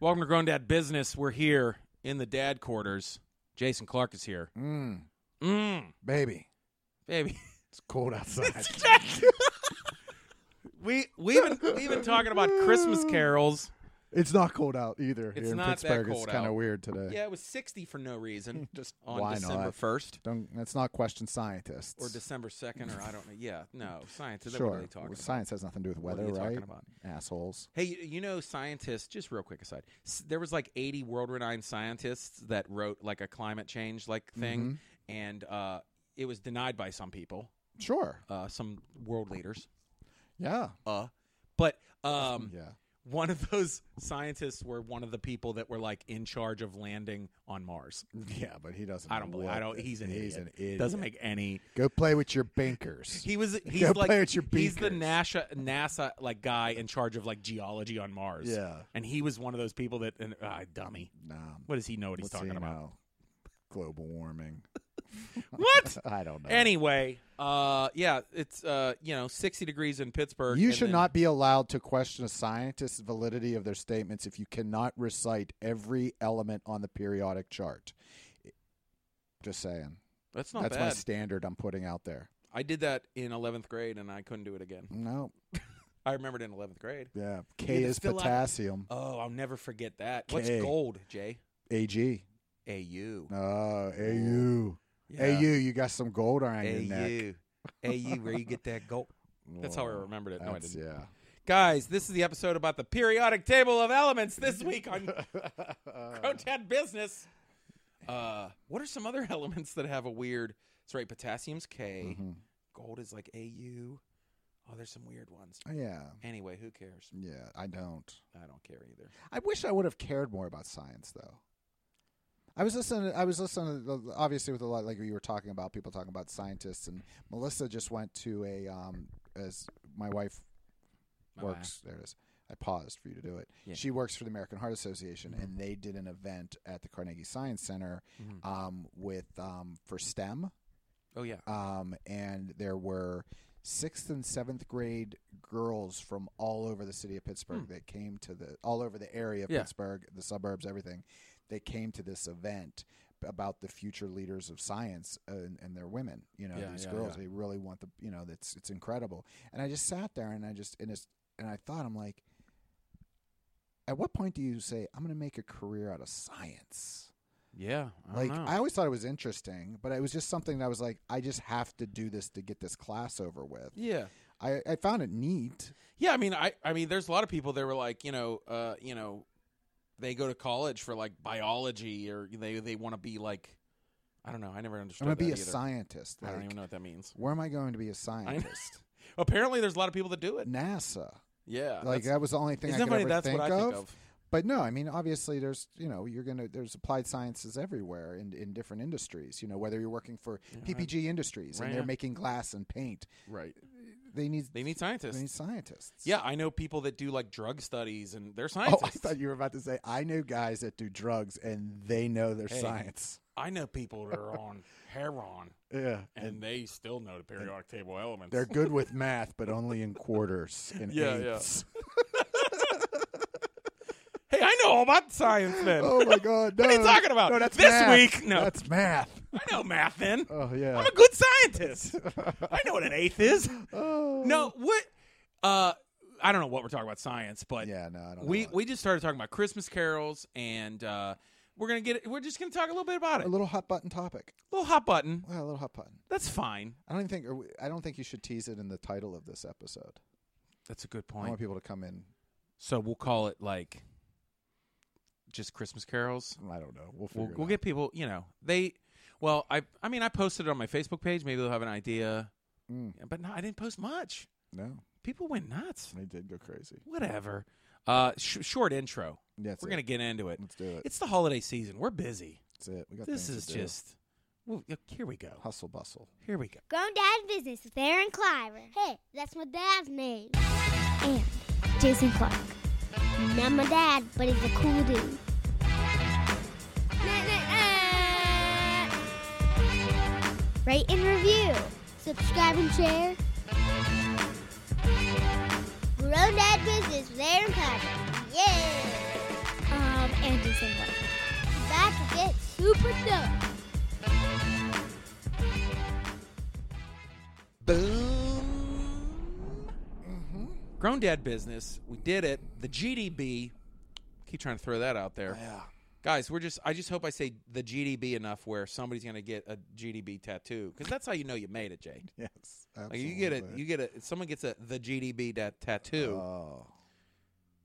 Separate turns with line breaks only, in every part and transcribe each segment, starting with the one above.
Welcome to Grown Dad Business. We're here in the dad quarters. Jason Clark is here.
Mm,
Mm,
baby,
baby.
it's cold outside.
we we've been we've been talking about Christmas carols.
it's not cold out either
It's
here in
not that
Pittsburgh.
cold
it's kind
out.
of weird today.
Yeah, it was 60 for no reason. Just on
why
December
not?
1st
Don't. Let's not question scientists.
or December 2nd or I don't know. Yeah, no, scientists.
sure.
What are they talking
Well,
about?
Science has nothing to do with
What are
weather,
they
right?
talking about?
Assholes.
Hey, you- you know scientists, just real quick aside. s- There was like 80 world-renowned scientists that wrote like a climate change like thing and uh it was denied by some people,
Sure.
uh some world leaders.
Yeah.
Uh but um
yeah.
one of those scientists were one of the people that were like in charge of landing on Mars.
Yeah, but he doesn't.
I don't
know
believe. I
what
don't.
the-
He's an
he's
idiot.
an idiot.
Doesn't make any.
Go play with your bankers.
He was. He's
Go
like.
play with your
he's the
beakers.
NASA NASA like guy in charge of like geology on Mars.
yeah.
And he was one of those people that and ah, dummy.
Nah.
What does he know what he's
what's
talking
he
about?
know? Global warming.
What?
I don't know.
Anyway, uh, yeah, it's uh, you know, sixty degrees in Pittsburgh.
You
and
should
then-
not be allowed to question a scientist's validity of their statements if you cannot recite every element on the periodic chart. Just saying.
That's not
That's my
bad.
standard I'm putting out there.
I did that in eleventh grade, and I couldn't do it again.
No.
I remembered in eleventh grade.
Yeah.
You
K
had to
is
fill out-
potassium.
Oh, I'll never forget that. What's
K.
gold, Jay?
AG.
AU.
Oh, AU.
Yeah.
AU, you got some gold around your neck.
AU. AU, where you get that gold. That's how I remembered it. No, I
That's-
didn't.
yeah.
Guys, this is the episode about the periodic table of elements this week on Grown Dad Business. Uh, what are some other elements that have a weird. That's right, potassium's K.
Mhm.
Gold is like AU. Oh, there's some weird ones.
Yeah.
Anyway, who cares?
Yeah, I don't.
I don't care either.
I wish I would have cared more about science, though. I was listening. I was listening. To, the- obviously, with a lot like you were talking about people talking about scientists, and Melissa just went to a um, as my wife
My
works. There it is. I paused for you to do it.
Yeah.
She works for the American Heart Association, and they did an event at the Carnegie Science Center
Mhm.
um, with um, for STEM
Oh yeah.
um, and there were sixth and seventh grade girls from all over the city of Pittsburgh that came to the all over the area of
Hmm. Yeah.
Pittsburgh, the suburbs, everything. They came to this event about the future leaders of science uh, and, and their women. You know,
Yeah,
these
yeah,
girls,
yeah.
they really want the. You know, that's it's incredible. And I just sat there and I just and it's and I thought I'm like, at what point do you say I'm going to make a career out of science?
Yeah. I
Like
don't know.
I always thought it was interesting, but it was just something that I was like, I just have to do this to get this class over with.
yeah.
I, I found it neat.
Yeah, I mean, I, I mean, there's a lot of people that were like, you know, uh, you know, they go to college for like biology, or they they want to be like, I don't know, I never understood.
I'm gonna
that
be a
either.
scientist.
I don't
like,
even know what that means.
Where am I going to be a scientist?
Apparently, there's a lot of people that do it.
NASA.
Yeah,
Like
Uh, that's,
that was the only thing
isn't that
I could
funny?
ever
That's
think,
what I
of.
think of.
But no, I mean, obviously, there's you know, you're gonna there's applied sciences everywhere in, in different industries. You know, whether you're working for PPG Industries
Right,
and they're
yeah.
making glass and paint,
Right.
they need
They need
they
scientists.
need scientists.
yeah, I know people that do like drug studies, and they're
Oh,
scientists.
I thought you were about to say I know guys that do drugs and they know their
Hey.
science.
I know people that are on heron,
Yeah,
and, they still know the periodic table elements.
They're good with math, but only in quarters and
Yeah, yeah.
eighths.
hey, I know all about science. Then
Oh my god! No,
What are you talking about?
No, that's
This
math.
week? No.
that's math.
I know math. Then
Oh yeah.
I'm a good scientist. I know what an eighth is.
Oh.
No, what? Uh, I don't know what we're talking about science, but
Yeah, no, I don't.
we
know.
we just started talking about Christmas carols, and uh, we're gonna get we're just gonna talk a little bit about it.
a little hot button topic.
little hot button.
Well, a little hot button.
That's fine.
I don't even think. Or we- I don't think you should tease it in the title of this episode.
That's a good
I want
point.
people to come in.
So we'll call it like just Christmas carols.
I don't know. We'll figure
We'll,
it
we'll
out.
get people. You know, they. Well, I I mean, I posted it on my Facebook page. Maybe they'll have an idea.
Mm.
But no, I didn't post much.
No,
People went nuts.
they did go crazy.
Whatever. Uh, sh- short intro.
That's
We're
it.
gonna get into it.
Let's do it.
It's the holiday season. We're busy.
That's it. We got
This
things
is
to do.
just. Well, y- here we go.
hustle bustle.
Here we go.
Grown Dad Business with Aaron Cliver. Hey, that's my dad's name. And Jason Clark. Not my dad, but he's a cool dude. Rate and review. Subscribe and share. Grown Dad Business with Aaron Cliver. Yeah. Um, super dope.
Boom. Grown dad business. We did it. The GDB. Keep trying to throw that out there.
Yeah.
Guys, we're just I just hope I say the GDB enough where somebody's going to get a GDB tattoo cuz that's how you know you made it, Jay.
Yes.
Like you get a
absolutely.
you get a someone gets a the GDB dat- tattoo.
Oh.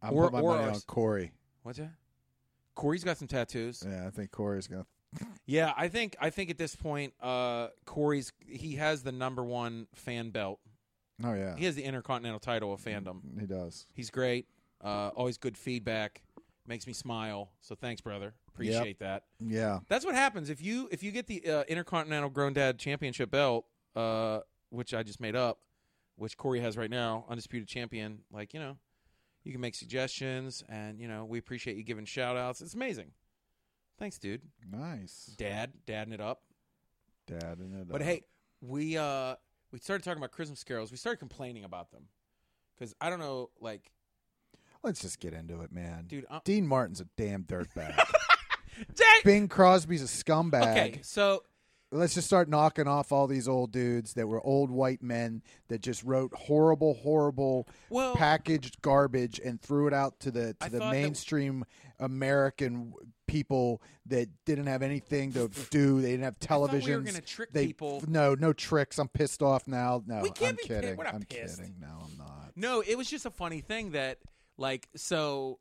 I'm
Or-
putting my
or
money
our-
on Corey.
What's that? Corey's got some tattoos.
Yeah, I think Corey's gonna.
Yeah, I think I think at this point, uh, Corey's he has the number one fan belt.
Oh yeah,
He has the intercontinental title of fandom.
he does.
He's great. Uh, always good feedback. Makes me smile. So thanks, brother. Appreciate that.
Yeah,
That's what happens if you if you get the uh, intercontinental grown dad championship belt, uh, which I just made up, which Corey has right now, undisputed champion. Like you know, you can make suggestions, and you know we appreciate you giving shout outs. It's amazing. Thanks, dude.
nice,
Dad, dadding it up.
Dad. And it
But
up.
hey, we uh we started talking about Christmas carols. We started complaining about them because I don't know, like,
let's just get into it, man.
dude. I'm,
Dean Martin's a damn dirtbag.
Dang-
Bing Crosby's a scumbag.
Okay, so
Let's just start knocking off all these old dudes that were old white men that just wrote horrible, horrible
well,
packaged garbage and threw it out to the
I
to the
thought that-
mainstream American people that didn't have anything to do. They didn't have
I thought
televisions.
we were gonna trick
they
people.
no no tricks. I'm pissed off now. No,
We can't
I'm
be pi-
kidding.
we're not
I'm
pissed.
kidding. No, I'm not.
No, it was just a funny thing that like so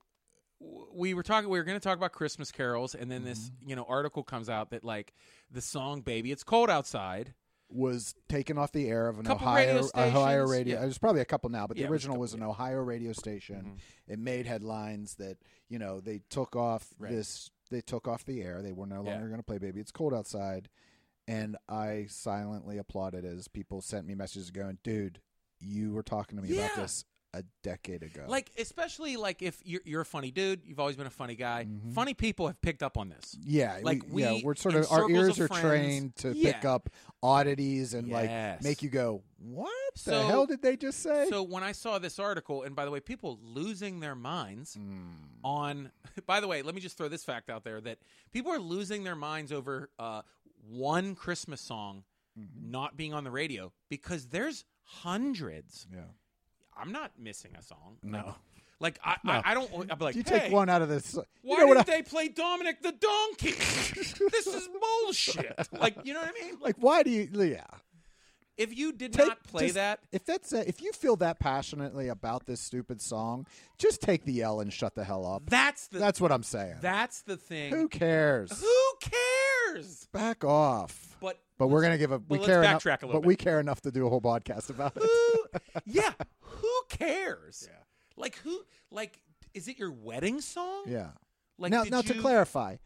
w- we were talking we were going to talk about Christmas carols and then this,
Mm-hmm.
you know, article comes out that like the song Baby It's Cold Outside.
Was taken off the air of an
Couple
Ohio
radio
Ohio
stations.
radio.
Yeah.
It was probably a couple now, but
Yeah, it
the
was a
original
couple,
was, an Ohio radio station. It made headlines that you know they took off
Right.
this. They took off the air. They were no
Yeah.
longer going to play "Baby It's Cold Outside," and I silently applauded as people sent me messages going, "Dude, you were talking to me about
Yeah.
this a decade ago."
Like especially like if you're you're a funny dude, you've always been a funny guy.
Mhm.
Funny people have picked up on this.
Yeah,
Like,
we, yeah,
we-
we're sort
in
of our
circles
ears
of
are
friends-
trained to pick
Yeah.
up oddities and like
Yes.
make you go, "What the
So-
hell did they just say?"
So when I saw this article and by the way, people losing their minds
Mm.
on by the way let me just throw this fact out there that people are losing their minds over uh, one christmas song not being on the radio because there's hundreds
Yeah.
i'm not missing a song
No.
like i,
No.
I, I don't i'd be like
you take
"Hey,
one out of this.
why
you know
did
what
they play dominic the donkey this is bullshit like you know what i mean
I, like? Why do you? Yeah.
if you did
Take-
not play
just-
that
If that's a, if you feel that passionately about this stupid song, just take the L and shut the hell up.
that's the
That's what I'm saying.
that's the thing
Who cares?
who cares
Back off.
but
But we're gonna give a. we
let's
care enough.
backtrack a little
but we care enough to do a whole podcast about it.
who yeah who cares
Yeah.
like who like is it your wedding song
Yeah.
like
now,
did
now to
you-
clarify,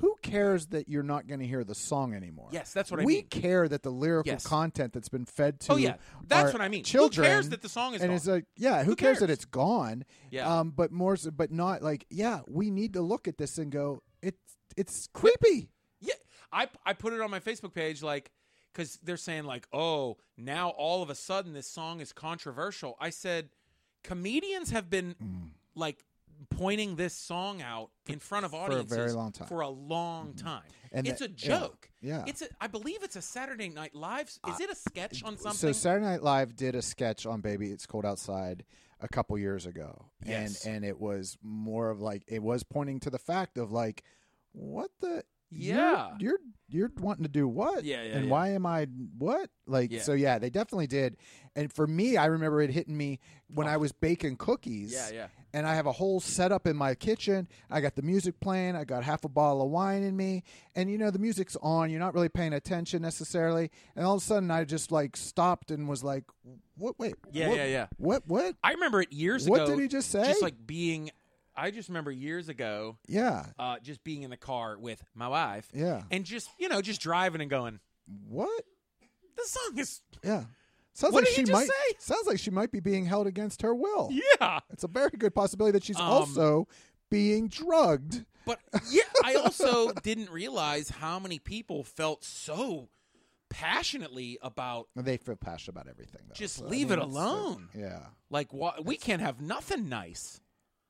who cares that you're not going to hear the song anymore?
yes that's what i
we
mean
care that the lyrical
Yes.
content that's been fed to
oh yeah that's
our
what i mean
children
who cares that the song is
and
gone?
it's like yeah who,
Who
cares? that
cares?
it's gone
Yeah.
um but more so, but not like yeah we need to look at this and go it's it's creepy
yeah i i put it on my facebook page like because they're saying like oh now all of a sudden this song is controversial i said comedians have been like pointing this song out in front of
a very
audiences
long time. Mm-hmm.
for a long time
And
it's
that-
a
yeah,
joke
yeah. Uh,
it's a i believe it's a saturday night live is it a sketch on
so
something
saturday night live did a sketch on baby it's cold outside a couple years ago
Yes.
and and it was more of like it was pointing to the fact of like what the you're-
Yeah.
you're you're, wanting to do what
Yeah, yeah,
and
yeah.
why am i what like
Yeah.
so yeah they definitely did and for me i remember it hitting me when i was baking cookies
Oh. Yeah, yeah.
and I have a whole setup in my kitchen. I got the music playing. I got half a bottle of wine in me, and you know the music's on. You're not really paying attention necessarily, and all of a sudden I just like stopped and was like, "What? Wait?
Yeah,
what-
yeah, yeah.
What? What?
I remember it years
What
ago.
did he just say?
Just like being, I just remember years ago,
Yeah,
uh, just being in the car with my wife,
yeah.
and just you know, just driving and going,
What?
the song is,
Yeah. Sounds
What
like
did
she
you just
might.
say?
Sounds like she might be being held against her will.
yeah.
It's a very good possibility that she's
Um,
also being drugged.
But yeah, I also didn't realize how many people felt so passionately about
They feel passionate about everything. Though,
Just
so, I
leave
mean,
it
it's, uh,
alone.
yeah.
like why, we can't have nothing nice.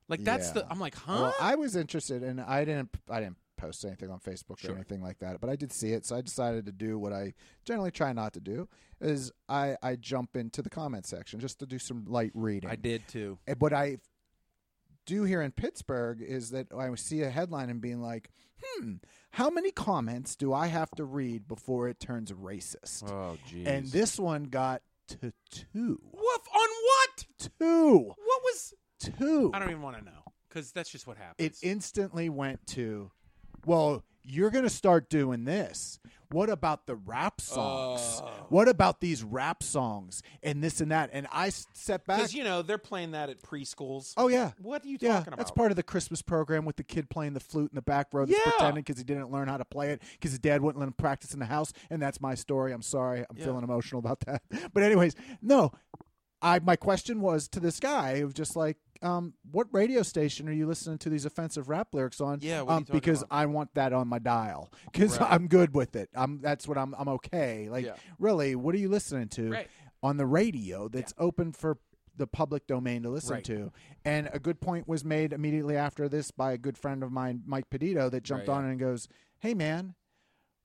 Like that's
Yeah.
the I'm like, huh?
Well, I was interested, and I didn't. I didn't post anything on Facebook
Sure.
or anything like that. But I did see it, so I decided to do what I generally try not to do is I I jump into the comment section just to do some light reading.
I did too.
And what I do here in Pittsburgh is that I see a headline and being like, hmm, how many comments do I have to read before it turns racist?
Oh, jeez.
and this one got to two.
Woof on what?
Two.
What was?
Two.
I don't even want to know because that's just what
It
happens.
instantly went to, well, you're going to start doing this. What about the rap songs?
Oh.
What about these rap songs and this and that? And I s- sat back.
because you know they're playing that at preschools.
oh, yeah.
What are you
Yeah,
talking about?
that's part of the Christmas program with the kid playing the flute in the back row that's
Yeah.
pretending because he didn't learn how to play it because his dad wouldn't let him practice in the house. And that's my story. I'm sorry. I'm
Yeah.
feeling emotional about that. But anyways, no. I my question was to this guy of just like, um, what radio station are you listening to these offensive rap lyrics on?
Yeah, what are you
um,
talking
because
about?
I want that on my dial because
Right.
I'm good with it. I'm that's what I'm. I'm okay. Like
Yeah.
really, what are you listening to?
Right.
on the radio that's open for the public domain to listen
Right.
to. And a good point was made immediately after this by a good friend of mine, Mike Pedito, that jumped
Right,
on and goes, Hey, man,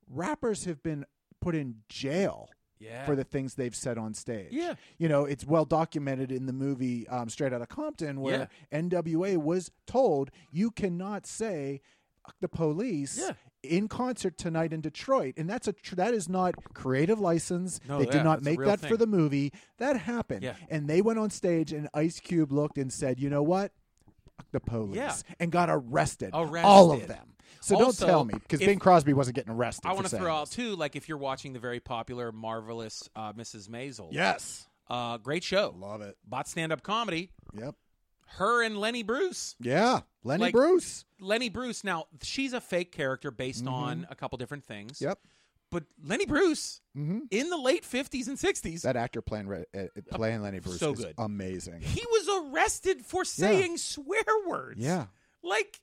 rappers have been put in jail
yeah.
for the things they've said on stage.
Yeah.
You know, it's well documented in the movie um, Straight Outta Compton where NWA was told, You cannot say "Fuck the police.
Yeah.
In concert tonight in Detroit, and that's a tr- that is not creative license.
No,
they
yeah,
did not
that's a
make
real
that
thing.
for the movie. That happened,
Yeah.
and they went on stage, and Ice Cube looked and said, "You know what? Fuck the police,"
Yeah.
and got arrested. All of
Arrested.
them. So
Also,
don't tell me because
if-
Bing Crosby wasn't getting arrested.
I
want to
throw out too, like if you're watching the very popular, marvelous uh, Mrs. Maisel.
Yes,
Uh, great show.
love it.
Bot stand up comedy.
Yep.
Her and Lenny Bruce.
Yeah, Lenny
Like-
Bruce.
Lenny Bruce. Now she's a fake character based on a couple different things.
Mm-hmm. Yep.
But Lenny Bruce
Mm-hmm.
in the late 50s and 60s,
That actor playing Re- uh, playing Lenny Bruce
so
is
good.
amazing.
he was arrested for saying swear words.
Yeah, Mm-hmm.
Like,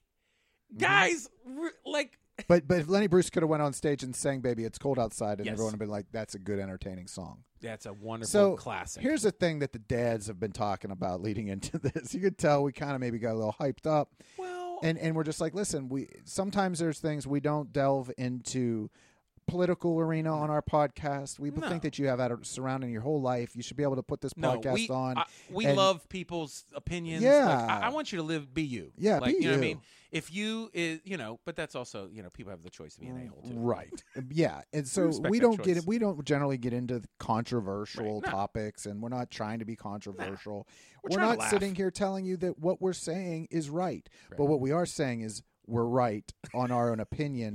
guys, we're- like,
but but if Lenny Bruce could have went on stage and sang "Baby It's Cold Outside," and
Yes.
everyone would have been like, "That's a good, entertaining song."
that's a wonderful
So,
classic.
Here's the thing that the dads have been talking about leading into this. You could tell we kind of maybe got a little hyped up,
well,
and and we're just like, listen, we sometimes there's things we don't delve into political arena on our podcast. We
No.
think that you have that surrounding your whole life. You should be able to put this
no,
podcast
we,
on.
I- we
and-
love people's opinions. Like,
Yeah.
I, I want you to live, be you.
Yeah,
like, you
be
know what I
you.
mean? If you is, you know, but that's also, you know, people have the choice to be an a hole too.
Mm, Right. Yeah. And so
respect
we
that
don't
choice.
get we don't generally get into the controversial
Right. No.
topics and we're not trying to be controversial.
We're
We're,
trying to
not
laugh.
sitting here telling you that what we're saying is right.
Right.
But what we are saying is we're right on our own opinion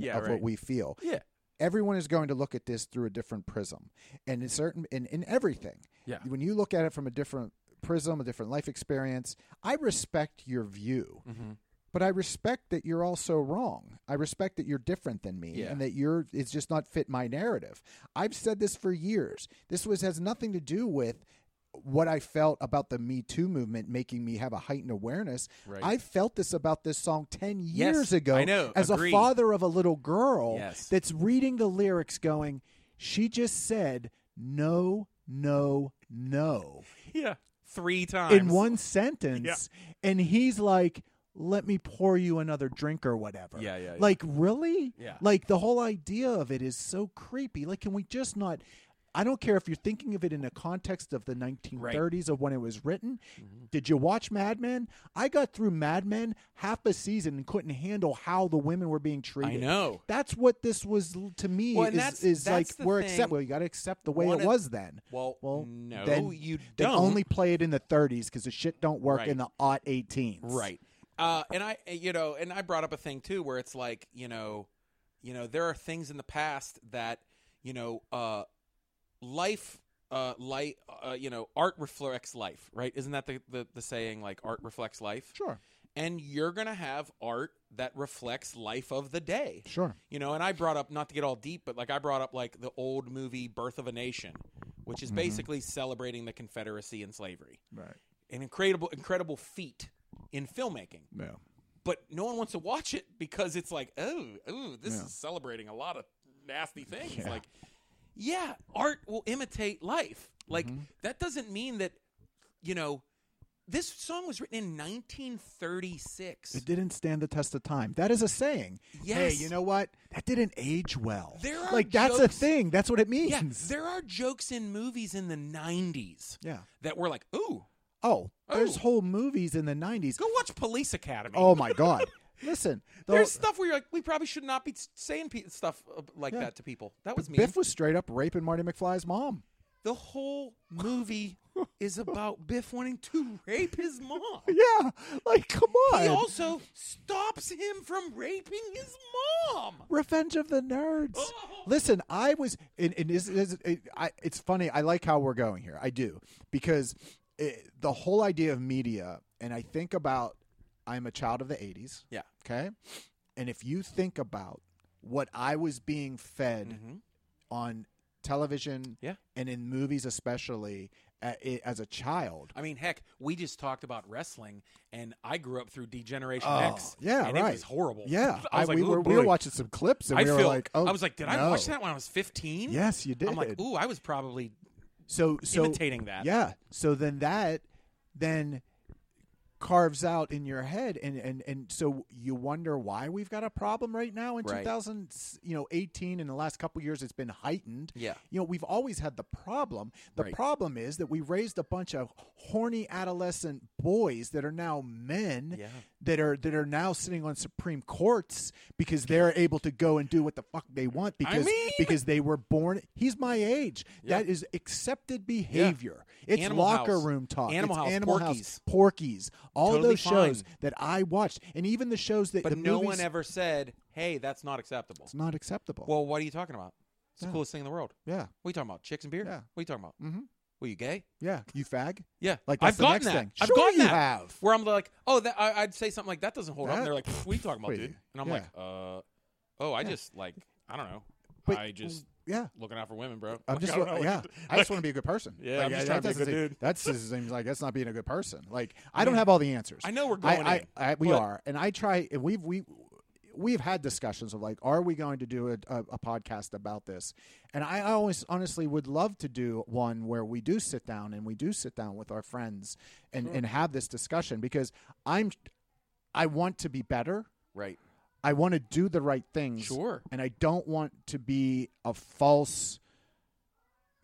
Yeah,
of
right.
what we feel.
Yeah.
Everyone is going to look at this through a different prism. And in certain in, in everything.
Yeah.
When you look at it from a different prism, a different life experience, I respect your view
Mhm.
but I respect that you're also wrong. I respect that you're different than me
Yeah.
and that you're it's just not fit my narrative. I've said this for years. This was has nothing to do with what I felt about the Me Too movement making me have a heightened awareness.
Right.
I felt this about this song 10
Yes,
years ago
I know.
as
Agreed.
a father of a little girl
Yes.
that's reading the lyrics going, she just said no, no, no
Yeah. Three times.
in one sentence and he's like let me pour you another drink or whatever
Yeah, yeah, yeah.
like really
Yeah.
like the whole idea of it is so creepy like can we just not I don't care if you're thinking of it in the context of the 1930s of when it was written.
Mm-hmm.
Did you watch Mad Men? I got through Mad Men half a season and couldn't handle how the women were being
I
treated.
know.
That's what this was l- to me.
Well, and
is
that's-
is
that's
like
the
we're
thing.
accept. Well, you got to accept the way
One
it
of-
was then.
Well,
Well,
no,
then
you
They
don't.
only play it in the 30s because the shit don't work
Right.
in the aught 18s.
right. Uh, and I, you know, and I brought up a thing too, where it's like, you know, you know, there are things in the past that, you know, uh, life, uh, light, uh, you know, art reflects life, right? Isn't that the, the the saying? Like art reflects life,
Sure.
and you're gonna have art that reflects life of the day.
Sure.
You know, and I brought up not to get all deep, but like I brought up like the old movie Birth of a Nation, which is
Mhm.
basically celebrating the Confederacy and slavery.
Right.
An incredible incredible feat in filmmaking.
Yeah.
But no one wants to watch it because it's like, oh, ooh, this
Yeah.
is celebrating a lot of nasty things.
Yeah.
Like yeah,
Mm-hmm.
art will imitate life. Like that doesn't mean that you know This song was written in 1936.
It didn't stand the test of time. That is a saying.
Yes.
Hey, you know what? That didn't age well.
There are
like that's a
jokes-
thing. That's what it
Yeah,
means.
there are jokes in movies in the 90s
Yeah.
that were like, ooh,
Oh, there's
Oh.
whole movies in the 90s.
go watch Police Academy.
Oh my god. Listen, the,
There's stuff where you're like, we probably should not be saying pe- stuff uh, like
Yeah.
that to people. That was me.
Biff was straight up raping Marty McFly's mom.
the whole movie is about Biff wanting to rape his mom.
Yeah. Like come on.
He also stops him from raping his mom.
Revenge of the Nerds.
Mm-hmm.
Listen, I was, and, and is, is, it, I, it's funny. I like how we're going here. I do because it, the whole idea of media, and I think about, I'm a child of the '80s.
Yeah.
Okay, and if you think about what I was being fed
Mhm.
on television,
Yeah.
and in movies especially, uh, i as a child,
I mean, heck, we just talked about wrestling, and I grew up through Degeneration
Oh,
X.
yeah,
and
right.
it was horrible.
yeah,
I was like,
we
"Ooh,
were we were
boy."
watching some clips, and
I
we
feel.
were like, oh,
I was like, did I
no."
watch that when I was 15?
Yes, you did.
I'm like, ooh, I was probably
so so
imitating that.
Yeah. So then that then carves out in your head and and and so you wonder why we've got a problem right now in
Right.
2000 you know 18 in the last couple years it's been heightened
Yeah.
you know we've always had the problem the
Right.
problem is that we raised a bunch of horny adolescent boys that are now men
Yeah.
that are that are now sitting on supreme courts because they're able to go and do what the fuck they want because
mean-
because they were born he's my age
Yeah.
that is accepted behavior it's
Animal
locker
House.
room talk
Animal
it's
House,
animal house porkies all
Totally
those shows
fine.
that i watched and even the shows that
But
the
no
movies,
one ever said, "Hey, that's not acceptable."
it's not acceptable
Well, what are you talking about? It's
Yeah.
the coolest thing in the world.
yeah
What are you talking about? Chicks and beer?
Yeah.
What are you talking about?
mm-hmm
Were you gay?
yeah you fag
Yeah.
Like, that's
I've
the
gotten
next
that.
thing.
I've
Sure
gotten
you
that.
have.
Where I'm like, oh, that I, I'd say something like that doesn't hold up.
That-
And they're like, what are you talking about,
Wait.
dude? And I'm
Yeah.
like, uh, oh, I just like, I don't know.
But-
I just
yeah
looking out for women, bro.
I'm
Like,
just,
I don't know what
yeah.
to do.
I just want to be a good person.
Yeah,
Like,
I'm just
that
trying to be a
doesn't
good
seem-
dude.
That's just seems like that's not being a good person. Like I don't have all the answers.
I know we're
I,
going.
I,
in.
I- we
but-
are, and I try. and We've we we've had discussions of like, are we going to do a, a, a podcast about this? And I always honestly would love to do one where we do sit down and we do sit down with our friends and and have this discussion because I'm I want to be better.
Right.
I want to do the right things.
Sure.
And I don't want to be a false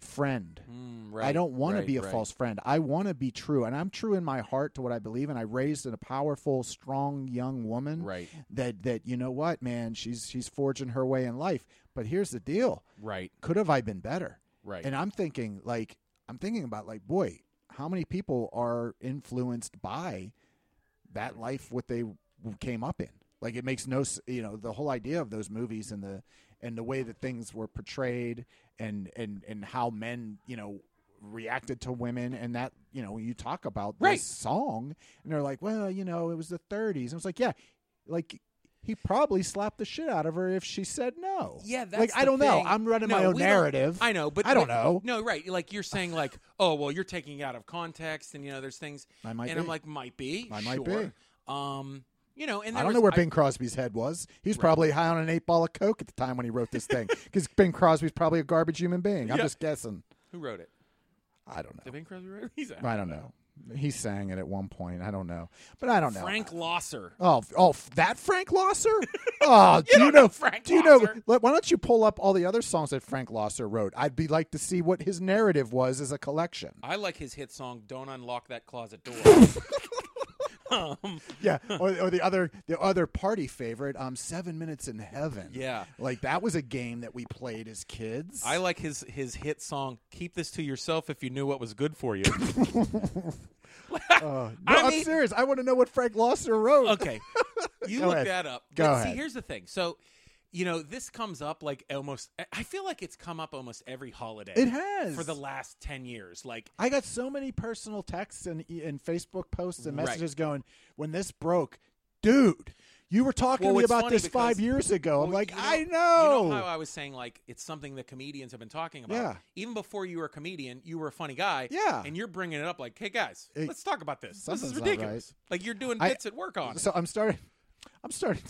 friend.
Mm, right.
I don't want to
right,
be a
right.
false friend. I want to be true, and I'm true in my heart to what I believe. And I raised in a powerful, strong young woman.
Right.
That that you know what, man, she's she's forging her way in life. But here's the deal:
Right.
could have I been better?
Right.
And I'm thinking, like, I'm thinking about, like, boy, how many people are influenced by that life what they came up in? Like, it makes no, s- you know, the whole idea of those movies and the and the way that things were portrayed and and and how men, you know, reacted to women and that, you know, when you talk about
Right.
this song and they're like, well, you know, it was the 30s. I was like, yeah, like. He probably slapped the shit out of her if she said no.
Yeah, that's
like I
the
don't know.
thing.
I'm running
No,
my own
we don't-
narrative.
I know, but
I don't
but-
know.
No, right? Like you're saying, like, oh, well, you're taking it out of context, and you know, there's things.
I might
and
be.
I'm like, might be.
I might
sure. Um, you know, and
I
there
don't
was-
know where
I-
Bing Crosby's head was. He was probably high on an eight ball of coke at the time when he wrote this thing, because Bing Crosby's probably a garbage human being. I'm
Yeah.
just guessing.
who wrote it.
I don't
Did
know.
Bing Crosby write it? He's out.
I don't know. He sang it at one point. I don't know, but I don't know.
Frank Losser.
Oh, f- oh, f- that Frank Losser? Oh, do you know,
Frank
Do you know?
Losser.
let- Why don't you pull up all the other songs that Frank Losser wrote? I'd be like to see what his narrative was as a collection.
I like his hit song "Don't Unlock That Closet Door." um,
yeah, or, or the other the other party favorite, um, Seven Minutes in Heaven.
Yeah.
like that was a game that we played as kids.
I like his his hit song "Keep This to Yourself If You Knew What Was Good for You."
Uh, no,
I
I am
mean-
serious. I want to know what Frank Losser wrote.
okay. You
Go
look
ahead.
that up.
Go
But
ahead.
see, here's the thing. So, you know, this comes up like almost I- I feel like it's come up almost every holiday.
It has.
For the last 10 years. Like
I got so many personal texts and e, and Facebook posts and
Right.
messages going when this broke, dude. You were talking
Well,
to me
it's
about
funny
this five
because-
years ago. I'm
well,
like,
you know-
I
You
know.
know how I was saying like it's something that comedians have been talking about.
Oh! Yeah.
Even before you were a comedian, you were a funny guy.
Yeah.
And you're bringing it up like, hey guys,
It-
let's talk about this. This is
something's not right.
ridiculous. Like you're doing
I-
bits at work on. it.
so I'm starting. I'm starting.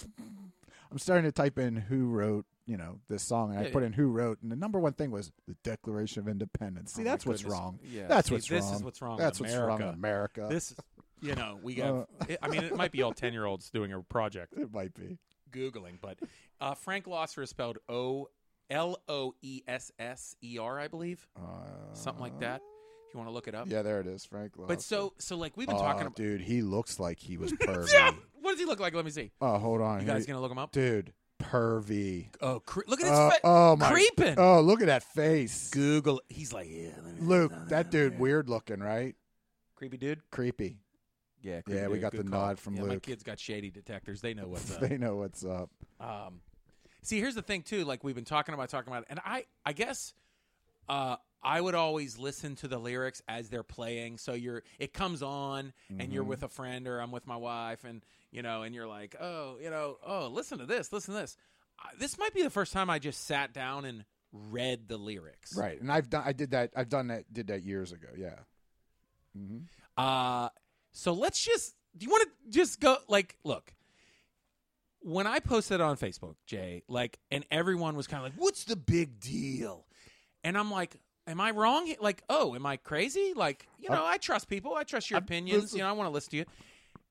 I'm starting to type in who wrote, you know, this song, and I
Yeah,
put
yeah.
in who wrote, and the number one thing was the Declaration of Independence. See,
Oh my
that's what's
goodness.
wrong.
Yeah,
that's
see,
what's
this
wrong.
is what's wrong with
That's what's wrong in
America.
America.
This is you know, we have.
Uh.
I mean, it might be all ten year olds doing a project
It might be.
googling, but uh, Frank Losser is spelled O L O E S S E R, I believe,
Uh,
something like that. If you want to look it up.
Yeah, there it is, Frank. Lawson.
But so so like we've been
Oh,
talking about.
dude, he looks like he was pervy.
Yeah! What does he look like? Let me see.
Oh, hold on.
You
Here
guys
he-
gonna look him up?
dude, pervy.
Oh, cre- look at his
Uh,
face.
oh my.
creeping.
Oh, look at that face.
Google. He's like, yeah, let me-
Luke, that dude weird looking, right?
creepy dude.
Creepy.
Yeah,
Yeah, we got
Good
the
call.
nod from
yeah, My
Luke.
kids got shady detectors. They know what's up.
they know what's up.
Um, see, here's the thing too. Like we've been talking about, talking about, and I, I guess, uh, I would always listen to the lyrics as they're playing. So you're, it comes on, and you're
Mhm.
with a friend, or I'm with my wife, and you know, and you're like, oh, you know, oh, listen to this, listen to this. Uh, this might be the first time I just sat down and read the lyrics.
Right. And I've done I did that I've done that did that years ago. Yeah. hmm
Uh, so let's just. Do you want to just go? Like, look. When I posted on Facebook, Jay, like, and everyone was kind of like, "What's the big deal?" And I'm like, "Am I wrong? Like, oh, am I crazy? Like, you know, i trust people. I trust your
I'm-
opinions.
listen-
you know, I want to listen to you."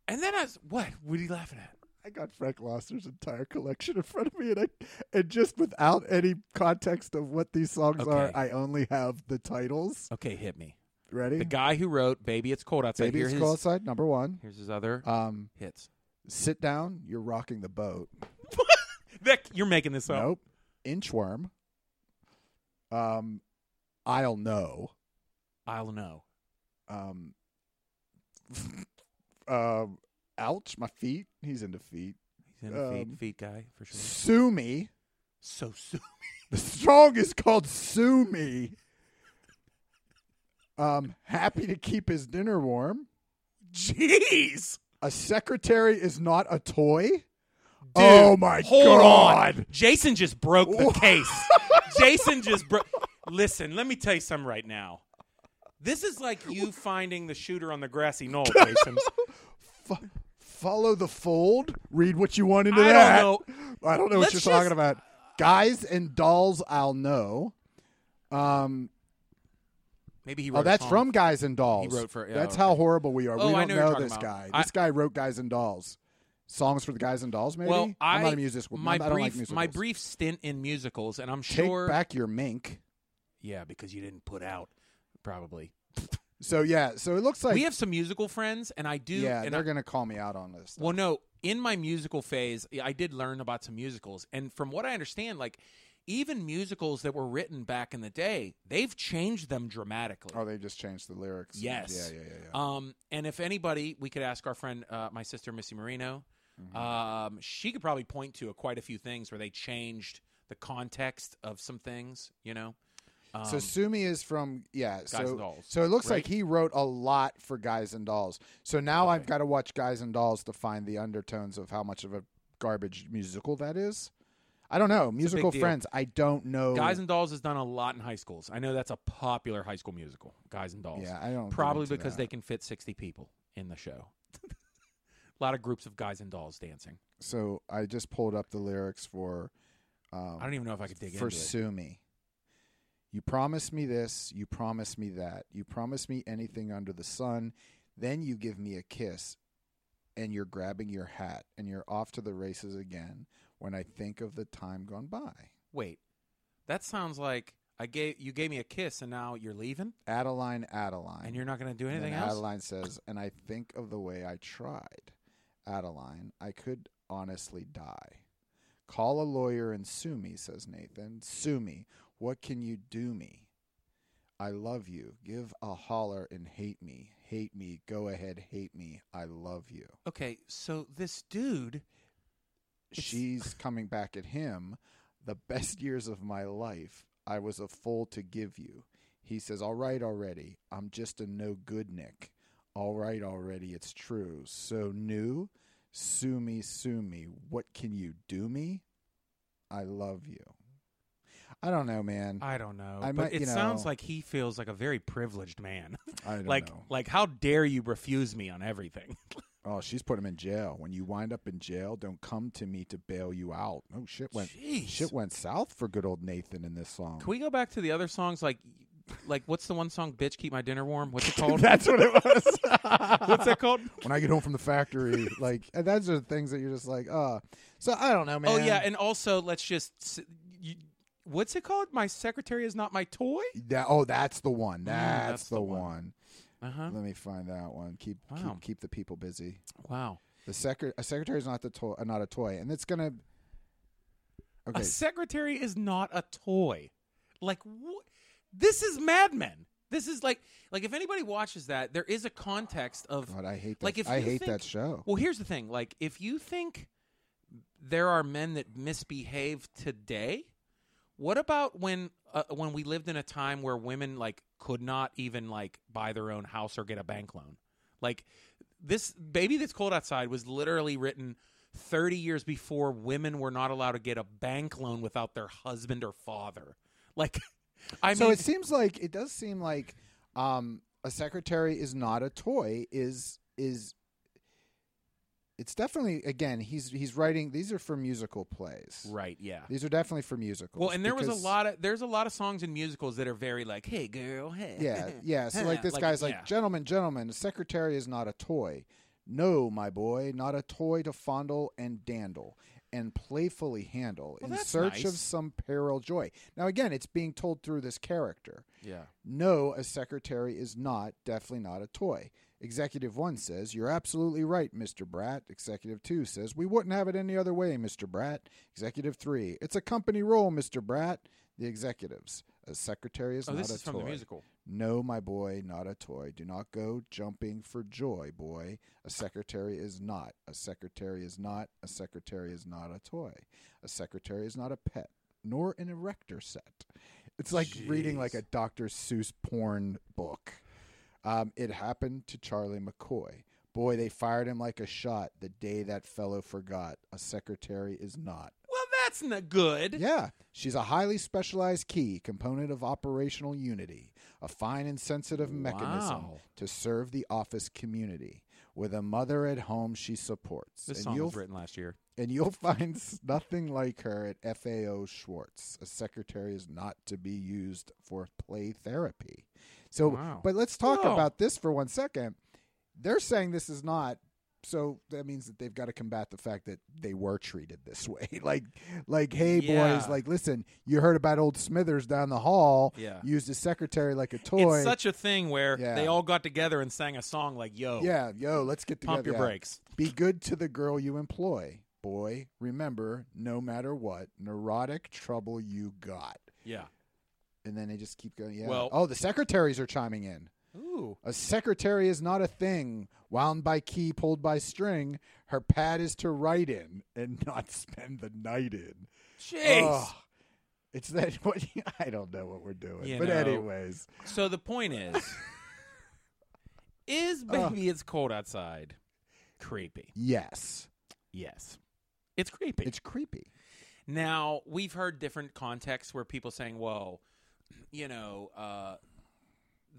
And then I was, "What? What are you laughing at?"
I got Frank Loster's entire collection in front of me, and I, and just without any context of what these songs are,
Okay.
I only have the titles.
Okay, hit me.
Ready?
The guy who wrote "Baby It's Cold Outside."
Baby
here
It's
his,
Cold Outside, number one.
Here's his other
Um,
hits.
sit down. You're rocking the boat.
Vic, you're making this up.
Nope. Inchworm. Um, I'll know.
I'll know.
Um, um, ouch, my feet. He's into feet.
He's in the
Um,
feet, feet guy for sure.
Sue me.
So soon.
The song is called "Sue Me." Um, happy to keep his dinner warm.
Jeez.
A secretary is not a toy. oh my
Hold
god!
on. Jason just broke the case. Jason just broke. Listen, let me tell you something right now. This is like you finding the shooter on the grassy knoll, Jason.
F- follow the fold. Read what you want into
I don't
that.
know.
I don't know
Let's
what you're
just-
talking about. Guys and dolls, I'll know. Um,
Maybe he wrote
oh,
a
that's
song.
from Guys and Dolls.
wrote for- yeah,
that's
okay.
how horrible we are.
Oh,
we
I
don't
know who you're
know
talking
this
about.
guy.
I-
This guy wrote Guys and Dolls. Songs for the Guys and Dolls, maybe.
Well, I,
am not a musical.
My
I don't
brief,
like musicals.
my brief stint in musicals, and I'm
Take
sure.
back your mink.
yeah, because you didn't put out, probably.
So yeah, so it looks like
we have some musical friends, and I do.
yeah,
and
they're
I-
gonna call me out on this.
Well, no, in my musical phase, I did learn about some musicals, and from what I understand, like even musicals that were written back in the day, they've changed them dramatically.
Oh, they just changed the lyrics.
Yes.
Yeah, yeah, yeah, yeah.
Um, and if anybody, we could ask our friend, uh, my sister Missy Marino.
Mm-hmm.
Um, she could probably point to a, quite a few things where they changed the context of some things. You know, um,
so Sumi is from yeah. so
Guys and Dolls,
so it looks like
right?
he wrote a lot for Guys and Dolls. So now I've
Okay.
got to watch Guys and Dolls to find the undertones of how much of a garbage musical that is. I don't know musical
deal.
friends. I don't know
Guys and Dolls has done a lot in high schools. I know that's a popular high school musical, Guys and Dolls.
Yeah, I don't. get
Probably
into
because
that.
they can fit 60 people in the show. a lot of groups of guys and dolls dancing.
So I just pulled up the lyrics for. Um,
I don't even know if I could dig
for
into it.
sue me. You promise me this, you promise me that, you promise me anything under the sun, then you give me a kiss, and you're grabbing your hat, and you're off to the races again. When I think of the time gone by,
Wait, that sounds like I gave you gave me a kiss and now you're leaving
Adeline, Adeline,
and you're not going to do
And
anything
then
else.
Adeline says, and I think of the way I tried. Adeline, I could honestly die. Call a lawyer and sue me, says Nathan. Sue me. What can you do me? I love you. Give a holler and hate me. Hate me. Go ahead, hate me. I love you.
Okay, so this dude, It's-
She's coming back at him. The best years of my life, I was a fool to give you. He says, All right already. I'm just a no good Nick. All right already. It's true. So new. Sue me, sue me. What can you do me? I love you. I don't know, man.
I don't know,
I
but
might-
it
you
sounds
know.
like he feels like a very privileged man.
I don't
like,
know.
like how dare you refuse me on everything?
Oh, she's put him in jail. When you wind up in jail, don't come to me to bail you out. Oh shit went
Jeez.
shit went south for good old Nathan in this song.
Can we go back to the other songs? Like like what's the one song? Bitch, keep my dinner warm. What's it called?
That's what it was.
what's that called?
when I get home from the factory, like and those are the things that you're just like, uh so I don't know, man.
Oh yeah, and also let's just s- you, what's it called? My secretary is not my toy.
That- oh, that's the one. That's,
Mm, that's
the,
the one.
one.
Uh huh.
Let me find that one. Keep
Wow.
keep, keep the people busy.
Wow.
The secret a secretary is not the toy, uh, not a toy, and it's gonna. Okay,
A secretary is not a toy. Like what? This is Mad Men. This is like like if anybody watches that, there is a context of
God, I hate that.
like, if
I
you
hate
think-
that show.
Well, here's the thing. Like, if you think there are men that misbehave today, what about when uh, when we lived in a time where women like could not even like buy their own house or get a bank loan? Like this baby that's cold outside was literally written 30 years before women were not allowed to get a bank loan without their husband or father. Like I
so
mean
it seems like it does seem like um, a secretary is not a toy. Is is it's definitely again he's he's writing these are for musical plays.
right, yeah.
These are definitely for musicals.
Well, and there was a
because-
lot of there's a lot of songs and musicals that are very like, "Hey girl, hey."
Yeah, yeah. So like this
Like,
guy's like,
yeah.
gentlemen, gentlemen, a secretary is not a toy. No, my boy, not a toy to fondle and dandle and playfully handle
Well,
in
that's
search of
nice.
some peril joy. Now again, it's being told through this character.
Yeah.
No, a secretary is not, definitely not a toy. Executive one says, You're absolutely right, Mr. Brat. Executive two says, We wouldn't have it any other way, Mr. Brat. Executive three, It's a company role, Mr. Brat. The executives, A secretary is
Oh,
not
this
a
is
toy.
from the musical.
No, my boy, not a toy. Do not go jumping for joy, boy. A secretary is not. A secretary is not. A secretary is not a toy. A secretary is not a pet, nor an erector set. It's like reading like a Dr. Seuss porn book. Um, it happened to Charlie McCoy. Boy, they fired him like a shot the day that fellow forgot. A secretary is not.
Well, that's not good.
Yeah, she's a highly specialized key component of operational unity, a fine and sensitive mechanism
Wow.
to serve the office community. With a mother at home, she supports.
This
and
song
you'll
was written last year.
and you'll find s- nothing like her at FAO Schwartz. A secretary is not to be used for play therapy. So,
Wow.
but let's talk
Whoa.
about this for one second. They're saying this is not. So that means that they've got to combat the fact that they were treated this way. like, like, hey
Yeah.
boys, like, listen, you heard about old Smithers down the hall
Yeah.
used his secretary like a toy.
It's such a thing where
Yeah.
they all got together and sang a song like "Yo,
yeah, yo, let's get together.
pump your
yeah.
brakes."
Be good to the girl you employ. Boy, remember, no matter what, neurotic trouble you got.
Yeah.
And then they just keep going. Yeah.
Well-
oh, the secretaries are chiming in.
Ooh.
A secretary is not a thing wound by key, pulled by string. Her pad is to write in and not spend the night in.
Jeez.
Ugh. it's that. What, I don't know what we're doing.
You
but
know.
anyways,
So the point is, is baby it's cold outside? Creepy.
yes,
Yes. It's creepy.
it's creepy.
Now, we've heard different contexts where people saying, "Well, you know, uh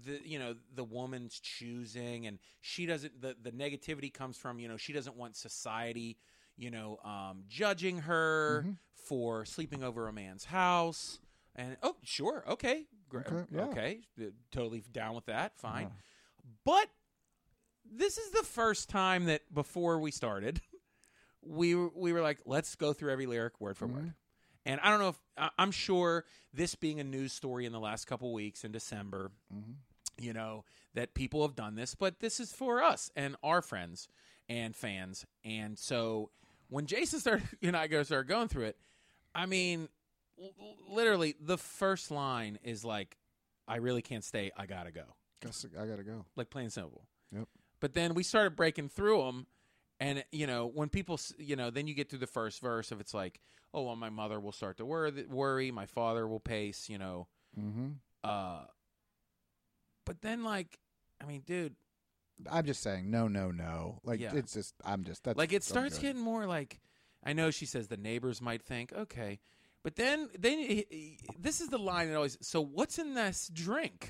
the you know, the woman's choosing and she doesn't the the negativity comes from, you know, she doesn't want society, you know, um judging
Mm-hmm.
her for sleeping over a man's house." And oh, sure. Okay. Great.
Okay,
Okay.
yeah.
uh, Totally down with that. Fine. But this is the first time that before we started, we were- we were like, let's go through every lyric word for word. And I don't know if I- I'm sure this being a news story in the last couple weeks in December,
Mhm.
you know that people have done this, but this is for us and our friends and fans. And so when Jason started, you know, I go started going through it. I mean, l- l- literally the first line is like, "I really can't stay. I gotta go."
Guess I gotta go.
like plain and simple.
Yep.
But then we started breaking through them, and you know when people, s- you know, then you get through the first verse of it's like, oh, well, my mother will start to worry, worry, my father will pace, you know.
Mm-hmm.
Uh, but then like, I mean, dude,
I'm just saying, no, no, no. Like
Yeah.
it's just, I'm just that's
like it
I'm
starts
good.
getting more like, I know she says the neighbors might think okay, but then then he- he- this is the line that always. So what's in this drink?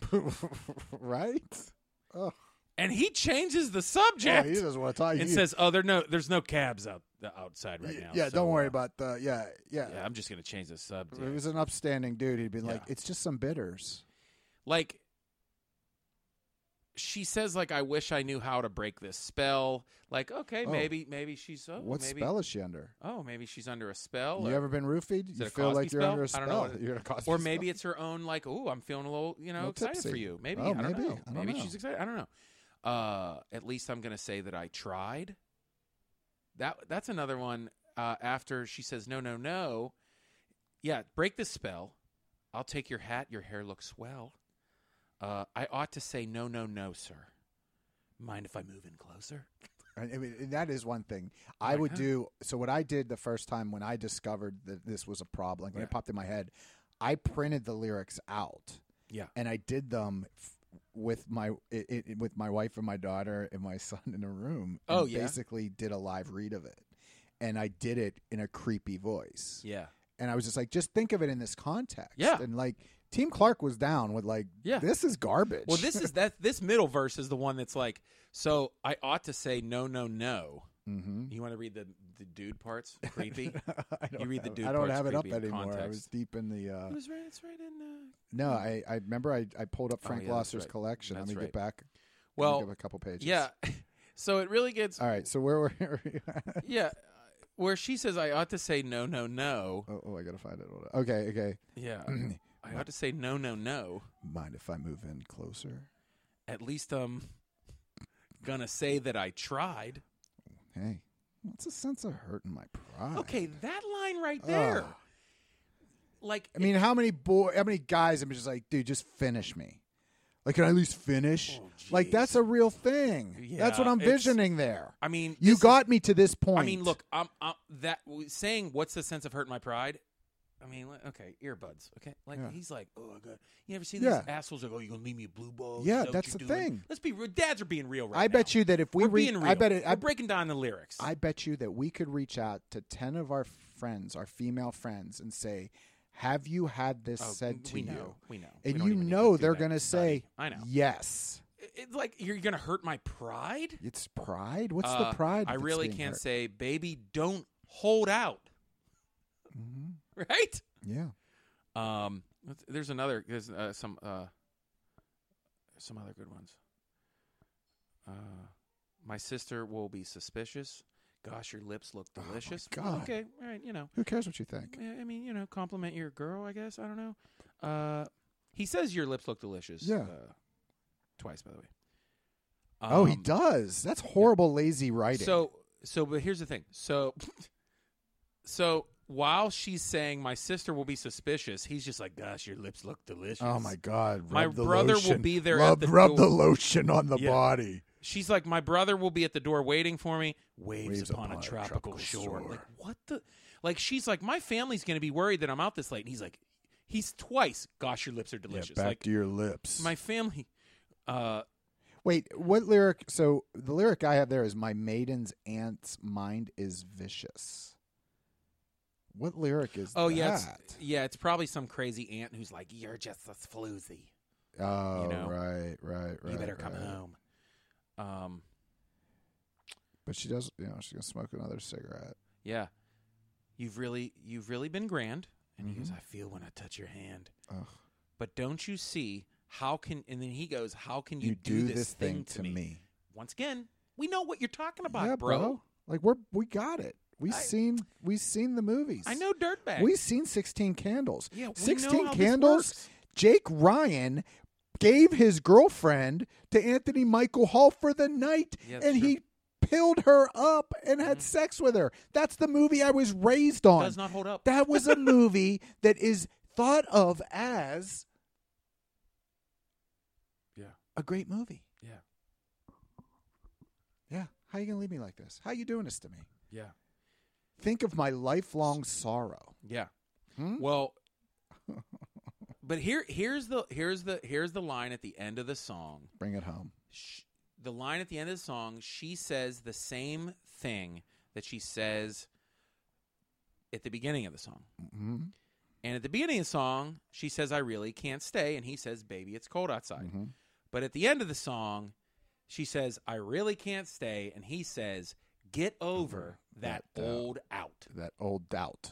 right. Oh,
And he changes the
yeah,
subject.
he doesn't want to talk.
and
He-
says, "Oh, there no, there's no cabs out the outside right now."
yeah,
so,
don't worry
uh,
about the. Yeah, yeah.
Yeah, I'm just gonna change the
If it
subject.
was an upstanding dude, he'd be like,
Yeah.
"It's just some bitters."
like she says like I wish I knew how to break this spell. Like okay,
Oh.
maybe maybe she's oh,
what
maybe
spell is she under?
oh maybe she's under a spell.
You
or-
ever been roofied?
Is it
You
a
feel
Cosby
like you're
spell?
under a
I
spell.
don't know.
You're in a Cosby
or
spell.
maybe it's her own like oh i'm feeling a little you know
Little
excited for
tipsy.
you maybe
Oh,
i don't
maybe.
know
I don't
maybe
know.
she's excited i don't know uh at least i'm gonna say that i tried that that's another one uh after she says no no no yeah break the spell i'll take your hat your hair looks swell uh i ought to say no no no sir mind if i move in closer
And, I mean, and that is one thing
I'm
I
like,
would
huh.
do. So what I did the first time when I discovered that this was a problem, like when it
Yeah.
popped in my head, I printed the lyrics out.
Yeah.
and I did them f- with my it, it, with my wife and my daughter and my son in a room. and
Oh, yeah?
basically did a live read of it, and I did it in a creepy voice.
yeah
and I was just like, just think of it in this context.
Yeah.
and like Team Clark was down with like,
Yeah.
this is garbage.
well this is that this middle verse is the one that's like so i ought to say no no no
hmm
You want to read the the dude parts? Creepy.
I don't
You read the
have,
dude
I don't
parts
have it up
creepy in
anymore. I was
context.
deep in the. Uh,
it was right. It's right in. Uh,
no, I, I remember I, I pulled up
Oh,
Frank
yeah, that's
Losser's
right.
collection.
That's
Let me
right.
get back. let me
well,
give a couple pages.
yeah. so it really gets
All right. So where were? we?
yeah. uh, Where she says I ought to say no no no.
oh, oh, I gotta find it. Hold on. Okay. Okay.
Yeah. I ought to say no no no.
Mind if I move in closer?
At least I'm gonna say that I tried.
Hey, what's the sense of hurting my pride?
Okay, that line right there.
Ugh.
Like
I mean, how many boy, how many guys? I'm just like, dude, just finish me. Like, can I at least finish?
Oh,
like, that's a real thing. that's what
Yeah,
I'm
it's-
visioning there.
I mean
You
this is-
got me to this point.
I mean, look, I'm, I'm that w- saying what's the sense of hurting my pride? I mean, like, okay, earbuds. Okay, like
Yeah.
he's like, oh, I got. You ever seen
Yeah.
these assholes? Like, oh, you gonna leave me a blue ball? Is
Yeah,
that what
that's
you're
the
doing?"
thing.
Let's be real. Dads are being real right
I bet you that if we
are
read,
being real.
I bet it,
We're
I,
breaking down the lyrics.
I bet you that we could reach out to ten of our friends, our female friends, and say, "Have you had this
Oh,
said to
we
you?"
know. We know. We
And
don't
you
even need
know
to do
they're
that
going to
study.
say,
I know.
Yes,
It- It's like you're gonna hurt my pride.
it's pride. What's
Uh,
the pride?
I
that's
really
being
can't
hurt?
say, baby, don't hold out.
Mhm.
Right.
Yeah.
Um, let's- there's another. There's uh, some uh, some other good ones. Uh, my sister will be suspicious. Gosh, your lips look
Oh my
delicious.
God.
Okay, all right, you know.
Who cares what you think?
yeah, I mean, you know, compliment your girl. I guess I don't know. Uh, he says your lips look delicious.
Yeah.
Uh, twice, by the way.
oh, he
Um,
does. That's horrible, lazy writing.
so so but here's the thing. So so while she's saying my sister will be suspicious, he's just like, "Gosh, your lips look delicious."
Oh my God! Rub
My
the
brother will
lotion.
be there at
Rub,
the
rub the
door.
lotion on the
Yeah.
body.
She's like, "My brother will be at the door waiting for me." Waves,
Waves
upon,
upon
a
a
tropical,
tropical
shore.
shore.
Like what the? Like she's like, "My family's gonna be worried that I'm out this late," and he's like, "He's twice. Gosh, your lips are delicious."
back
like
to your lips.
my family. Uh,
Wait, what lyric? So the lyric I have there is "My maiden's aunt's mind is vicious." What lyric is?
oh
that?
yeah, it's, yeah. It's probably some crazy aunt who's like, "You're just a floozy.
Oh
know.
right, right, right.
you better come
right.
home." Um.
But she does. You know, she's gonna smoke another cigarette.
Yeah. You've really you've really been grand. And he goes,
Mhm.
I feel when I touch your hand.
Ugh.
But don't you see how can and then he goes, How can you,
do, this, thing, to me,
Once again, we know what you're talking about,
yeah,
bro.
Like we're we got it. We
I-
have seen we have seen the movies.
I know dirtbag.
We've seen 16 candles.
yeah, we
16
know how this
candles.
works.
Jake Ryan gave his girlfriend to Anthony Michael Hall for the night
Yeah, that's
and
true.
he pilled her up and had
Mhm.
sex with her. That's the movie I was raised on.
does not hold up.
that was a movie that is thought of as
Yeah.
a great movie.
yeah.
Yeah. How you going to leave me like this? How you doing this to me?
Yeah.
Think of my lifelong sorrow.
Yeah.
Hmm?
Well, but here here's the here's the here's the line at the end of the song.
Bring it home.
sh- the line at the end of the song, she says the same thing that she says at the beginning of the song.
hmm
And at the beginning of the song, she says, I really can't stay. And he says, Baby, it's cold outside.
Mhm.
But at the end of the song, she says, I really can't stay. And he says, Get over that
Mm-hmm. That doubt.
old out.
That old doubt.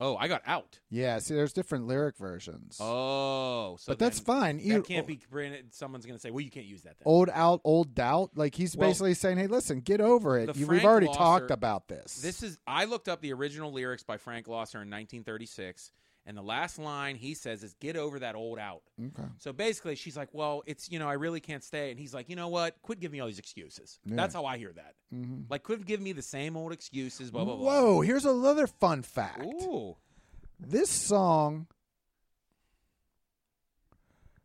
Oh, I got out.
Yeah, see, there's different lyric versions.
Oh, so
but that's
then
fine. Either-
That can't be branded. Someone's going to say, "Well, you can't use that." Then.
old out, old doubt. Like he's
Well,
basically saying, "Hey, listen, get over it.
the
You,
Frank
we've already
Losser-
talked about this.
This is I looked up the original lyrics by Frank Losser in 1936, and the last line he says is "Get over that old out."
okay.
So basically, she's like, "Well, it's you know I really can't stay," and he's like, "You know what? Quit giving me all these excuses."
Yeah.
That's how I hear that.
hmm
Like, quit giving me the same old excuses. Blah blah blah.
Whoa! Here's another fun fact.
Ooh.
This song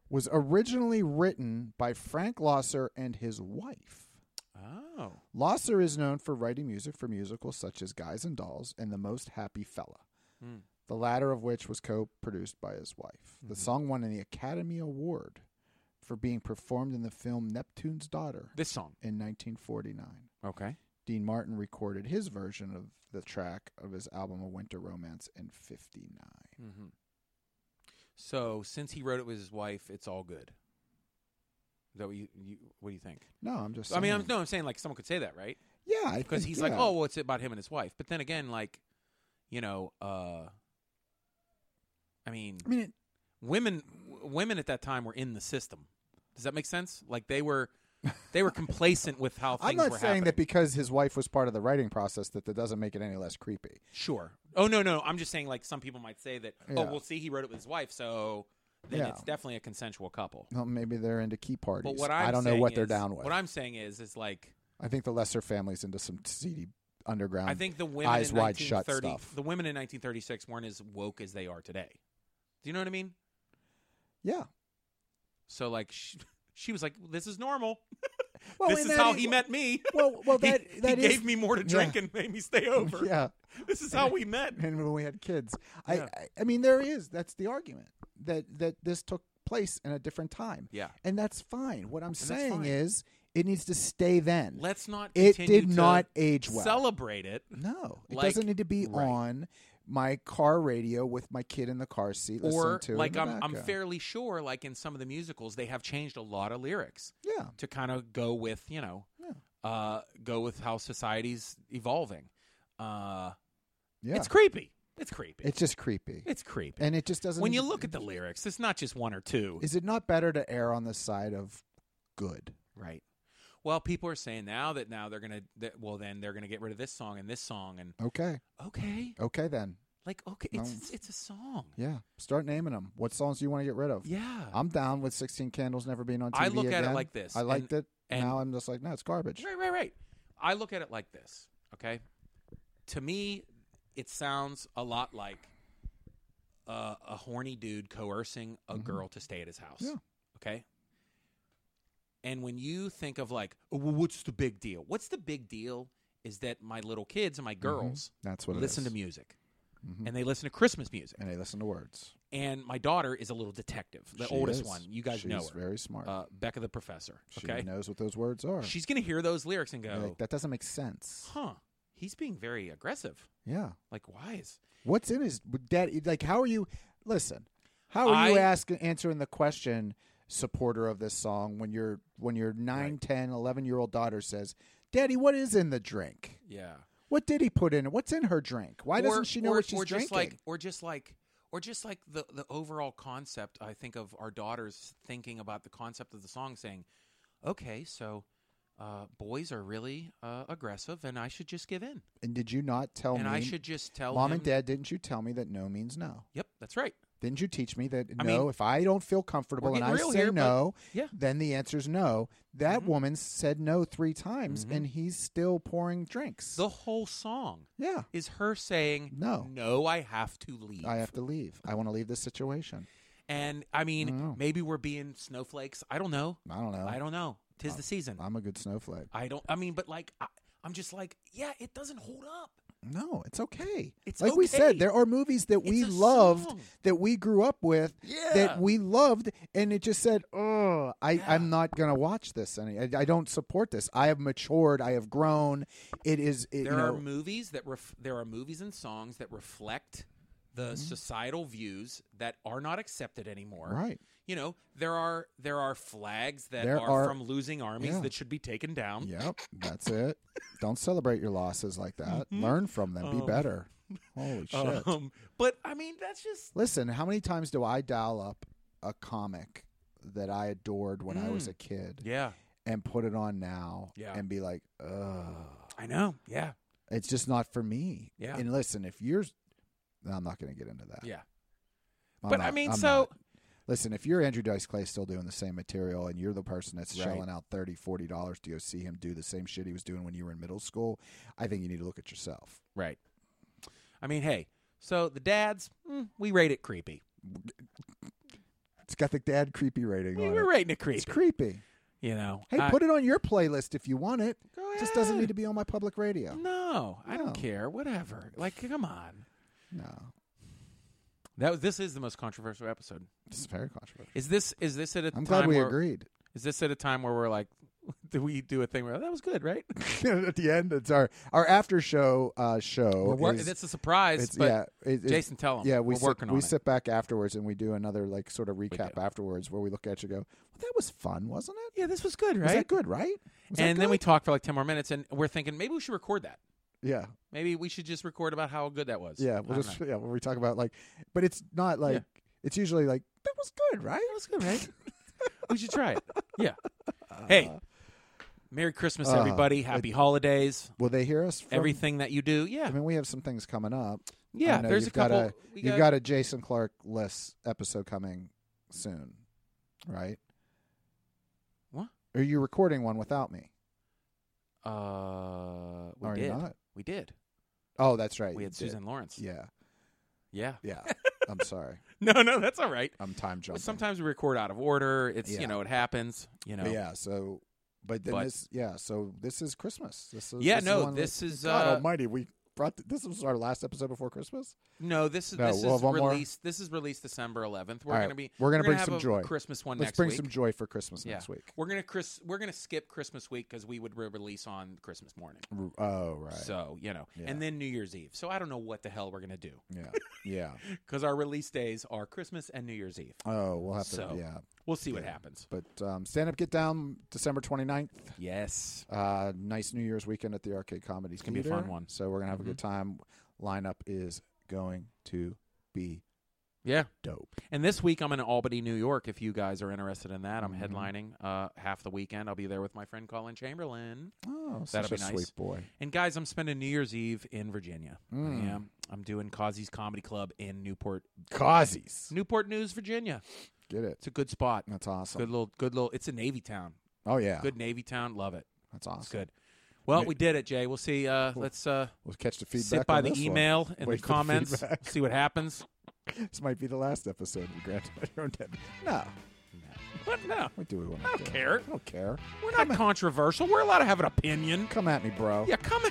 was originally written by Frank Losser and his wife.
Oh.
Losser is known for writing music for musicals such as Guys and Dolls and The Most Happy Fella,
Hmm.
the latter of which was co produced by his wife. The
Mm-hmm.
song won an Academy Award for being performed in the film Neptune's Daughter
This song.
in 1949.
Okay.
Dean Martin recorded his version of the track of his album A Winter Romance in 59.
Mm-hmm. So since he wrote it with his wife, it's all good. Is that what you, you what do you think?
No, I'm just.
I mean, I'm,
saying.
no, I'm saying like someone could say that, right?
Yeah, I
because
think,
he's like,
yeah.
oh, well, it's about him and his wife. But then again, like, you know, uh, I mean,
I mean, it,
women, w- women at that time were in the system. Does that make sense? Like they were, they were complacent with how things
I'm not
were
saying
happening.
that because his wife was part of the writing process that that doesn't make it any less creepy.
sure. Oh no, no, I'm just saying like some people might say that. Oh,
Yeah.
well, see, he wrote it with his wife, so then
Yeah.
it's definitely a consensual couple.
Well, maybe they're into key parties.
But what I'm
I do not know
saying
what they're
is-
down with.
What I'm saying is, is like
I think the lesser family's into some seedy underground.
I think the women
Um, eyes
in
wide shut
1930
stuff.
the women in 1936 weren't as woke as they are today. Do you know what I mean?
yeah.
So like she, she was like, "This is normal.
Well,
this
and
is
that
how
is-
he met me.
Well, well,
He-
that
he
that is-
gave me more to drink and made me stay over.
Yeah,
This is how we met."
and when we had kids, I,
Yeah.
I, I mean, there is that's the argument that that this took place in a different time,
Yeah.
and that's fine. What I'm
that's
saying
fine.
is, it needs to stay then.
Let's not.
it
continue
did
to
not age well.
Celebrate it.
No, it
Like-
doesn't need to be
right.
on my car radio with my kid in the car seat listening
Or
to it in
like
the
I'm, I'm
background.
fairly sure, like in some of the musicals, they have changed a lot of lyrics
Yeah,
to kind of go with you know,
Yeah.
uh, go with how society's evolving. Uh,
yeah.
It's creepy. It's creepy.
It's just creepy,
It's creepy.
and it just doesn't.
When you look at the lyrics, it's not just one or two.
is it not better to err on the side of good?
Right. Well, people are saying now that now they're gonna that, well then they're gonna get rid of this song and this song and
Okay,
okay
okay then.
like okay
No.
it's it's, it's a song
Yeah, start naming them. What songs do you want to get rid of?
yeah
I'm down with 16 Candles never being on TV
I look at it
again.
like this,
I liked it.
and-
now I'm just like, no, it's garbage.
right right right. I look at it like this. Okay, to me, it sounds a lot like uh, a horny dude coercing a girl to stay at his house.
Yeah.
Okay. And when you think of like, oh, well, what's the big deal? What's the big deal is that my little kids and my girls
That's what
listen to
it is.
music
Mhm.
and they listen to christmas music
And they listen to words.
and my daughter is a little detective the
She
oldest
is.
one you guys
She's
know her
very smart.
uh, becca the professor
she
okay
knows what those words are.
she's gonna hear those lyrics and go
Like, that doesn't make sense.
huh he's being very aggressive
Yeah.
like why is
What's in his dad? Like, how are you? Listen, how are you
I-
asking answering the question, supporter of this song, when your when your 9, 10, 11 year old daughter says, "Daddy, what is in the drink?
yeah
What did he put in? it? What's in her drink? Why
Or-
doesn't she know
or,
what she's
or
drinking?"
just like or just like or just like the the overall concept i think of our daughters thinking about the concept of the song saying okay so uh, boys are really uh, aggressive and i should just give in
and did you not tell
and
me?
i should just tell
Mom
him-
and Dad, didn't you tell me that no means no?
yep that's right
Didn't you teach me that
I
no?
mean,
if I don't feel comfortable
we're
and
getting
I
real
say
here, but-
no,
yeah.
then the answer is no. That
Mhm.
woman said no three times,
Mhm.
and he's still pouring drinks.
The whole song
yeah,
is her saying,
No.
no, I have to leave."
I have to leave. I want to leave this situation.
and I mean,
I don't know.
maybe we're being snowflakes. I don't know.
I don't know.
I don't know.
Uh,
Tis the season.
I'm a good snowflake.
I don't. I mean, but like, I, I'm just like, yeah, it doesn't hold up.
No, it's okay.
It's
like we
okay.
said, there are movies that we
a
loved
song.
that we grew up with
Yeah.
that we loved, and it just said, "Oh, I,
Yeah.
I'm not gonna watch this. Any, I, I don't support this. I have matured. I have grown. It is.
There
It, you know,
are movies that ref- there are movies and songs that reflect the
Mm-hmm.
societal views that are not accepted anymore.
right.
You know, there are there are flags that
There
are,
are-
from losing armies
yeah.
that should be taken down.
Yep, that's it. Don't celebrate your losses like that. Learn from them. Be
Um,
better. Holy shit.
Um, but I mean, that's just
Listen, how many times do I dial up a comic that I adored when I was
Mm.
a kid
yeah.
and put it on now
Yeah.
and be like, ugh,
I know. Yeah.
it's just not for me.
Yeah.
And listen, if you're, no, I'm not going to get into that.
Yeah.
I'm
but I
not-
mean,
I'm
so
not. listen, if you're Andrew Dice Clay still doing the same material and you're the person that's
Right.
shelling out 30 $40 to go see him do the same shit he was doing when you were in middle school, I think you need to look at yourself.
right. I mean, hey. So the dads, mm, we rate it creepy.
It's got the dad creepy rating
We
on
were
it.
rating it creepy.
It's creepy.
You know.
Hey,
I-
put it on your playlist if you want it.
Go
It just doesn't
ahead.
need to be on my public radio.
No, I
No.
don't care. Whatever. Like, come on.
No,
That was, this is the most controversial episode.
this is very controversial.
Is this is this at a
I'm
time
glad we
where
agreed.
is this at a time where we're like, do we do a thing where "Oh, that was good, right?
at the end, it's our our after show uh, show.
Well,
is-
it's a surprise,
it's-
but
yeah, it- it's-
Jason, tell him.
Yeah, we
we're
sit,
working on
we
it.
sit back afterwards and we do another like sort of recap
do.
afterwards where we look at you and go, well, that was fun, wasn't it?
Yeah, this was good,
Was that
right?
good, right? Was that
and then we
good?
talk for like ten more minutes, and we're thinking maybe we should record that.
yeah,
Maybe we should just record about how good that was.
yeah,
I
we'll
don't
just
know.
yeah, where we talk about like, but it's not like it's usually like that was good, right?
that was good, right? we should try it. Yeah. Hey, Merry Christmas,
uh,
everybody! Happy holidays!
Will they hear us? From,
Everything that you do, yeah,
I mean, we have some things coming up.
yeah.
I know
There's
you've
a couple.
Got a,
we
you've got a Jason Clark less episode coming soon, right?
What?
Are you recording one without me?
Uh, we
Are
did.
you not?
We did.
Oh, that's right.
We
you
had
did.
Susan Lawrence.
Yeah,
Yeah.
yeah. I'm sorry.
No, no, that's all right.
I'm time
Well,
jumping.
Sometimes we record out of order. It's
Yeah.
you know it happens. You know.
But yeah. So, but then
But-
this, yeah. So this is Christmas. This is
Yeah,
This
no,
is one we-
this is,
God
uh,
Almighty. We brought th- this was our last episode before Christmas.
No, this is
No,
this
we'll
is
have one more.
released. This is released December 11th. We're
All right,
gonna be
we're gonna bring
have
some
a
joy.
Christmas one
Let's
next
bring
week.
some joy for Christmas
Yeah.
next week.
we're gonna Chris. We're gonna skip Christmas week because we would re- release on Christmas morning.
R- Oh right.
So you know,
Yeah.
and then New Year's Eve. So I don't know what the hell we're gonna do
yeah. Yeah.
because our release days are Christmas and New Year's Eve.
Oh, we'll have to.
So-
Yeah.
We'll see what
Yeah.
happens.
But um, stand up, get down, December 29th.
Yes.
Uh, nice New Year's weekend at the Arcade Comedy
gonna be a
Theater.
fun one.
So we're gonna have a
Mhm.
good time. Lineup is going to be
Yeah.
dope.
And this week I'm in Albany, New York. If you guys are interested in that, I'm
Mhm.
headlining uh, half the weekend. I'll be there with my friend Colin Chamberlain.
Oh,
That'll
such a
be nice.
sweet boy.
And guys, I'm spending New Year's Eve in Virginia.
Mm.
Yeah, I'm doing Causey's Comedy Club in Newport,
Causies.
Newport News, Virginia.
Get it.
It's a good spot.
That's awesome.
Good little, good little. It's a Navy town.
oh yeah.
Good Navy town. Love it.
That's awesome.
It's good. Well,
Wait.
we did it, Jay. We'll see. Uh,
Cool.
Let's uh,
We'll catch the feedback.
sit by
on
the
this one.
email and
Wait
the
for
comments.
feedback.
see what happens.
This might be the last episode. We grant our own debt. No.
But no,
What do we want?
I
to
don't care.
I don't care.
we're not controversial. We're allowed to have an opinion.
Come at me, bro.
Yeah, come.